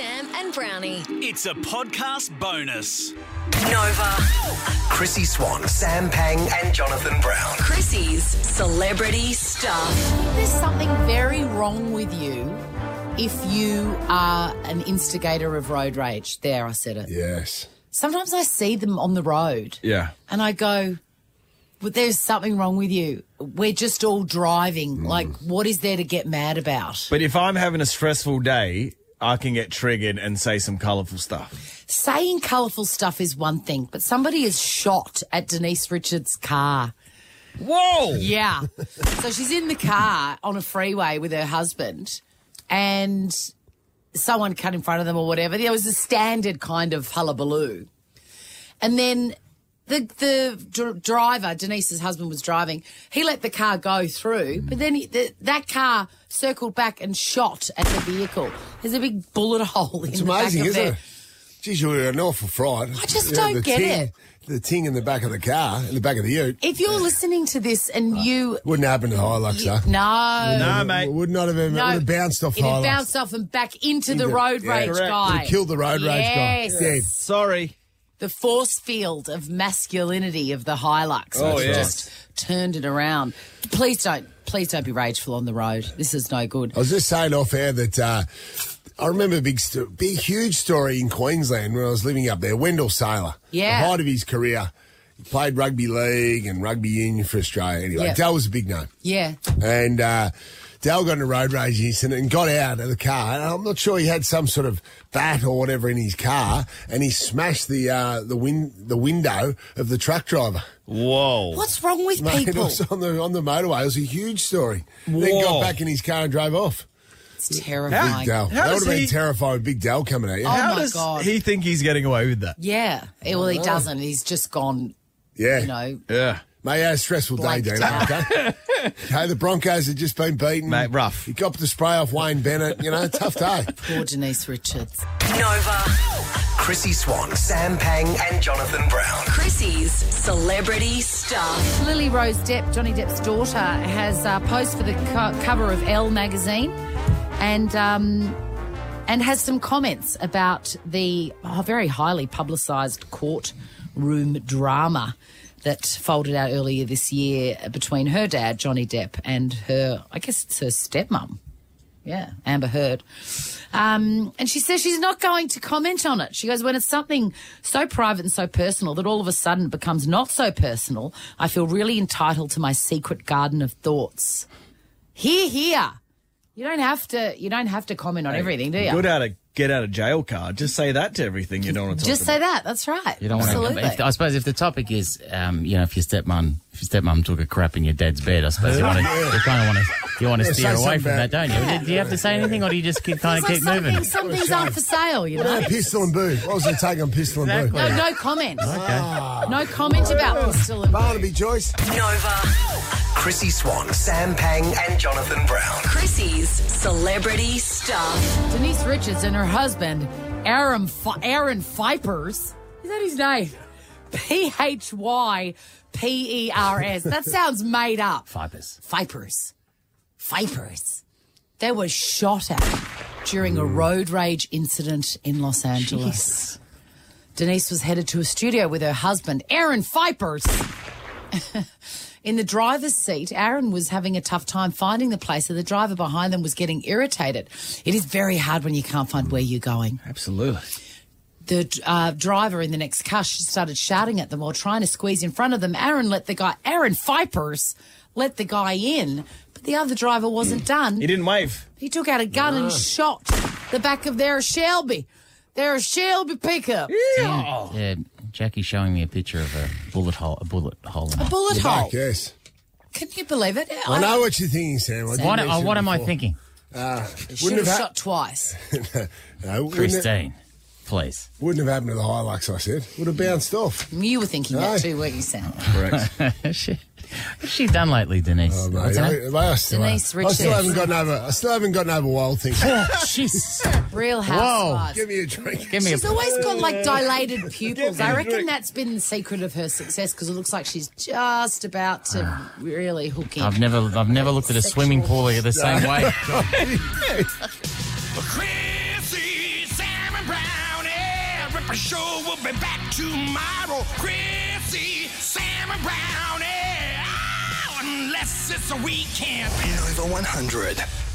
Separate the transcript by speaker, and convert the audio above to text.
Speaker 1: and Brownie.
Speaker 2: It's a podcast bonus.
Speaker 1: Nova.
Speaker 3: Chrissy Swan, Sam Pang, and Jonathan Brown.
Speaker 1: Chrissy's celebrity stuff.
Speaker 4: There's something very wrong with you if you are an instigator of road rage. There, I said it.
Speaker 5: Yes.
Speaker 4: Sometimes I see them on the road
Speaker 5: Yeah.
Speaker 4: and I go, but there's something wrong with you. We're just all driving. Like, what is there to get mad about?
Speaker 6: But if I'm having a stressful day, I can get triggered and say some colourful stuff.
Speaker 4: Saying colourful stuff is one thing, but somebody is shot at Denise Richards' car.
Speaker 6: Whoa!
Speaker 4: Yeah. so she's in the car on a freeway with her husband, and someone cut in front of them or whatever. There was a standard kind of hullabaloo. And then the the dr- driver, Denise's husband, was driving. He let the car go through, but then he, the, that car circled back and shot at the vehicle. There's a big bullet hole in
Speaker 5: It's
Speaker 4: the back
Speaker 5: amazing,
Speaker 4: of
Speaker 5: isn't
Speaker 4: their-
Speaker 5: it? Geez, you were an awful fright.
Speaker 4: I just
Speaker 5: You
Speaker 4: don't
Speaker 5: the
Speaker 4: get
Speaker 5: ting,
Speaker 4: it.
Speaker 5: The ting in the back of the car, in the back of the ute.
Speaker 4: If you're listening to this and you.
Speaker 5: Wouldn't happen to Hilux,
Speaker 4: you-
Speaker 5: though.
Speaker 4: no.
Speaker 6: No, mate.
Speaker 5: Would not have even, it would have bounced off
Speaker 4: It had
Speaker 5: Hilux.
Speaker 4: bounced off and back into the
Speaker 5: Into-
Speaker 4: road
Speaker 5: yeah,
Speaker 4: rage
Speaker 6: correct.
Speaker 4: guy.
Speaker 5: It killed the road
Speaker 4: yes.
Speaker 5: rage guy. Dead.
Speaker 6: Sorry.
Speaker 4: The force field of masculinity of the Hilux.
Speaker 6: Oh,
Speaker 4: which
Speaker 6: yeah.
Speaker 4: Just turned it around. Please don't, please don't be rageful on the road. This is no good.
Speaker 5: I was just saying off air that uh, I remember a big, sto- big, huge story in Queensland when I was living up there. Wendell Saylor,
Speaker 4: Yeah.
Speaker 5: the height of his career, he played rugby league and rugby union for Australia. Anyway,
Speaker 4: Yeah.
Speaker 5: Dale was a big name,
Speaker 4: Yeah.
Speaker 5: and uh, Dale got in a road rage incident and got out of the car. And I'm not sure he had some sort of bat or whatever in his car, and he smashed the uh, the win- the window of the truck driver.
Speaker 6: Whoa.
Speaker 4: What's wrong with
Speaker 5: Mate, it
Speaker 4: people?
Speaker 5: was on the on the motorway. It was a huge story. Then
Speaker 6: Whoa.
Speaker 5: got back in his car and drove off.
Speaker 4: It's
Speaker 5: Big
Speaker 4: terrifying.
Speaker 5: Dale.
Speaker 6: How
Speaker 5: that would
Speaker 6: does
Speaker 5: have been
Speaker 6: he-
Speaker 5: terrifying. Big Dale coming out. Yeah.
Speaker 4: Oh,
Speaker 6: How
Speaker 4: my
Speaker 6: does
Speaker 4: God.
Speaker 6: he think he's getting away with that?
Speaker 4: Yeah. Eh, Well, he doesn't. He's just gone,
Speaker 5: yeah.
Speaker 4: you know.
Speaker 6: Yeah.
Speaker 5: Mate, yeah, stressful day,
Speaker 4: Blanked
Speaker 5: Dino.
Speaker 4: out.
Speaker 5: Okay. hey, the Broncos have just been beaten.
Speaker 6: Mate, rough.
Speaker 5: He copped the spray off Wayne Bennett. You know, tough day.
Speaker 4: Poor Denise Richards.
Speaker 1: Nova.
Speaker 3: Chrissy Swan, Sam Pang, and Jonathan Brown.
Speaker 1: Chrissy's celebrity stuff.
Speaker 4: Lily Rose Depp, Johnny Depp's daughter, has uh, posed for the co- cover of Elle magazine, and um, and has some comments about the uh, very highly publicised courtroom drama that folded out earlier this year between her dad, Johnny Depp, and her, I guess it's her stepmom. Yeah, Amber Heard. Um, and she says she's not going to comment on it. She goes, when it's something so private and so personal that all of a sudden it becomes not so personal, I feel really entitled to my secret garden of thoughts. Hear, hear. You don't have to. You don't have to comment on everything, do you?
Speaker 6: Good out of get out of jail card. Just say that to everything you don't want to talk
Speaker 4: Just say that. That's right.
Speaker 7: You don't
Speaker 4: Absolutely.
Speaker 7: want to. I suppose if the topic is, um, you know, if your stepmom, if your stepmom took a crap in your dad's bed, I suppose you want to, you kind of want to, you want
Speaker 5: Yeah,
Speaker 7: to
Speaker 5: say
Speaker 7: steer away
Speaker 5: something
Speaker 7: from
Speaker 5: about-
Speaker 7: that, don't you? Do- Do you have to say anything, or do you just keep, kind
Speaker 4: It's
Speaker 7: of
Speaker 4: like
Speaker 7: keep
Speaker 4: some
Speaker 7: moving?
Speaker 4: things, some things aren't for sale. You know.
Speaker 5: What about Pistol and Boo? What was the take on Pistol and Boo?
Speaker 4: No, no comment. No comment about pistol and
Speaker 5: Barnaby Joyce.
Speaker 1: Nova.
Speaker 3: Chrissy Swan, Sam Pang, and Jonathan Brown.
Speaker 1: Chrissy's celebrity stuff.
Speaker 4: Denise Richards and her husband, Aaron, Fi- Aaron Fipers. Is that his name? P H Y P E R S. That sounds made up.
Speaker 7: Fibers.
Speaker 4: Vipers. Vipers. They were shot at during a road rage incident in Los Angeles. Denise was headed to a studio with her husband, Aaron Vipers. in the driver's seat, Aaron was having a tough time finding the place, so the driver behind them was getting irritated. It is very hard when you can't find where you're going
Speaker 6: Absolutely.
Speaker 4: the uh, driver in the next car sh- started shouting at them while trying to squeeze in front of them. Aaron let the guy, Aaron Fipers, let the guy in, but the other driver wasn't done.
Speaker 6: He didn't wave.
Speaker 4: He took out a gun and shot the back of their Shelby, their Shelby pickup.
Speaker 7: Yeah. yeah. Jackie's showing me a picture of a bullet hole, a bullet hole. In it.
Speaker 4: Bullet
Speaker 5: The
Speaker 4: hole.
Speaker 5: back, yes.
Speaker 4: Can you believe it?
Speaker 5: I know what you're thinking, Sam. I did
Speaker 7: What,
Speaker 5: mention
Speaker 7: oh, what
Speaker 5: it
Speaker 7: am I
Speaker 5: before.
Speaker 7: thinking?
Speaker 4: Should have
Speaker 5: ha-
Speaker 4: shot twice.
Speaker 5: No, Uh, wouldn't, have,
Speaker 7: Christine, please.
Speaker 5: wouldn't have happened to the Hilux, I said. Would have bounced off.
Speaker 4: You were thinking
Speaker 5: No.
Speaker 4: that too, weren't you, Sam?
Speaker 6: Correct.
Speaker 7: she, what's she done lately, Denise?
Speaker 5: Oh, mate,
Speaker 7: What's her
Speaker 5: I,
Speaker 7: name?
Speaker 5: mate, I still,
Speaker 4: Denise
Speaker 5: I still
Speaker 4: Richards.
Speaker 5: haven't gotten over. I still haven't gotten over wild things.
Speaker 7: She's
Speaker 4: Real Housewives.
Speaker 5: Give me a drink.
Speaker 7: give me
Speaker 4: She's
Speaker 7: a.
Speaker 4: always got like dilated pupils.
Speaker 6: me
Speaker 4: I
Speaker 6: a
Speaker 4: reckon
Speaker 6: drink.
Speaker 4: that's been the secret of her success because it looks like she's just about to really hook in.
Speaker 7: I've never, I've never looked at a swimming pool the same way.
Speaker 2: Chrissy, Sam, and
Speaker 3: Brownie. Ripper Show will be back tomorrow. Chrissy, Sam, and Brownie. Oh, unless it's a weekend.
Speaker 8: Nova 100.